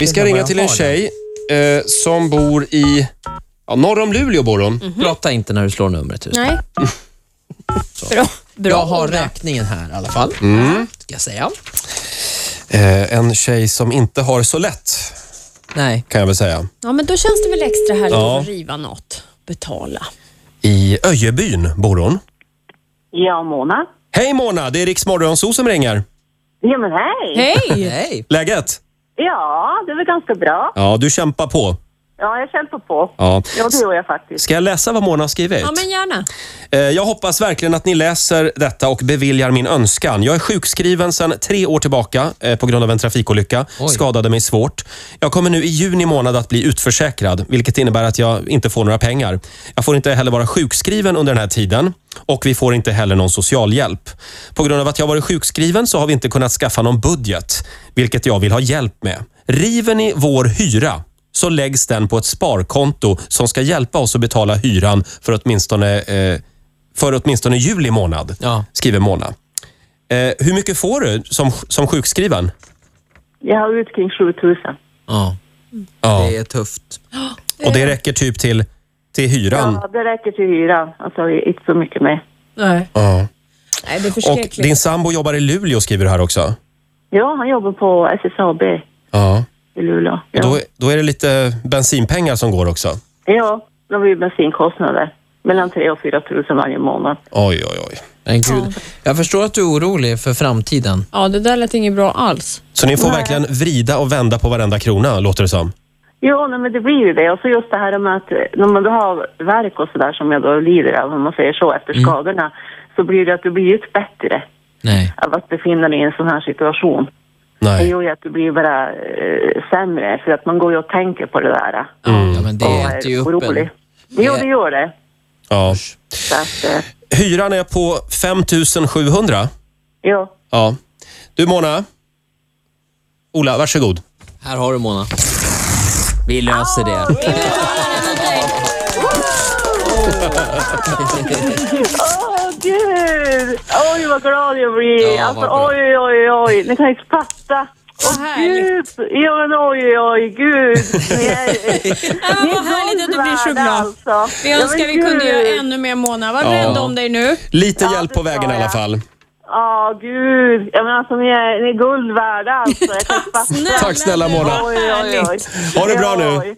Vi ska Undrar ringa vad till jag en har tjej eh, som bor i... Ja, norr om Luleå bor hon. Mm. Prata inte när du slår numret. Husman. Nej. Bra. Bra. Jag har Ola. räkningen här i alla fall. Ska jag säga. Eh, en tjej som inte har så lätt, Nej. kan jag väl säga. Ja, men då känns det väl extra härligt Ja. att få riva något. Betala. I Öjebyn bor hon. Ja, Mona. Hej Mona, det är Riks Morgonzoo som ringer. Ja, men hej. Hej! Nej. Läget? Ja, det är väl ganska bra. Ja, du kämpar på. Ja, jag kämpar på. Ja. Ja, det gör jag faktiskt. Ska jag läsa vad Mona har skrivit? Ja, men gärna. Eh, Jag hoppas verkligen att ni läser detta och beviljar min önskan. Jag är sjukskriven sedan tre år tillbaka eh, på grund av en trafikolycka. Oj. Skadade mig svårt. Jag kommer nu i juni månad att bli utförsäkrad, vilket innebär att jag inte får några pengar. Jag får inte heller vara sjukskriven under den här tiden och vi får inte heller någon socialhjälp. På grund av att jag varit sjukskriven så har vi inte kunnat skaffa någon budget, vilket jag vill ha hjälp med. River ni vår hyra så läggs den på ett sparkonto som ska hjälpa oss att betala hyran för åtminstone eh, för åtminstone juli månad, Ja. skriver Mona. Eh, hur mycket får du som, som sjukskriven? Jag har ut kring 7000. Ja. Ja. Det är tufft. Och det räcker typ till, till hyran. Ja, det räcker till hyran. Alltså, inte så mycket mer. Nej, Ja. Nej det är Och förskräckligt. din sambo jobbar i Luleå, skriver du här också. Ja, han jobbar på SSAB Ja. i Luleå. Ja, Och då, då är det lite bensinpengar som går också. ja de har ju bensinkostnader. Mellan 3 000 och 4 000 varje månad. Oj, oj, oj. Men gud. Jag förstår att du är orolig för framtiden. Ja, det där lät inget bra alls. Så ni får verkligen vrida och vända på varenda krona, låter det som. Jo, nej, men det blir ju det. Och så just det här med att eh, när man då har värk och sådär som jag då lider av, om man säger så, Mm. efter skadorna, så blir det att du blir ju inte bättre Nej. av att befinna dig i en sån här situation. Det Nej. gör ju att du blir bara eh, sämre, för att man går ju och tänker på det där. Ja, men det och äter ju upp en. Jo, det gör det. Ja. Så att, eh, Hyran är på 5 700. ja. Ja. Du, Mona. Ola, varsågod. Här har du Mona. Vi löser det. Åh, gud! Oj, vad glad jag Ja, blir. vad alltså, bra. oj, oj, oj. Ni kan inte fatta. Vad Åh, gud! härligt. Ja, men oj, oj, gud. Ni är, Ah, ni är vad härligt att du blir så guld glad. värda, Alltså. Vi Ja, men önskar vi kunde gud. göra ännu mer, Mona. Var rädd om dig nu. Lite Ja, hjälp det på vägen i ska alla jag. fall. Ja, gud. Ja, men alltså, ni är, ni är guld värda, alltså. Jag kan inte fatta. Snälla Tack snälla du, Mona. vad Oj, oj, oj. härligt. Ha det bra Ja, nu. oj.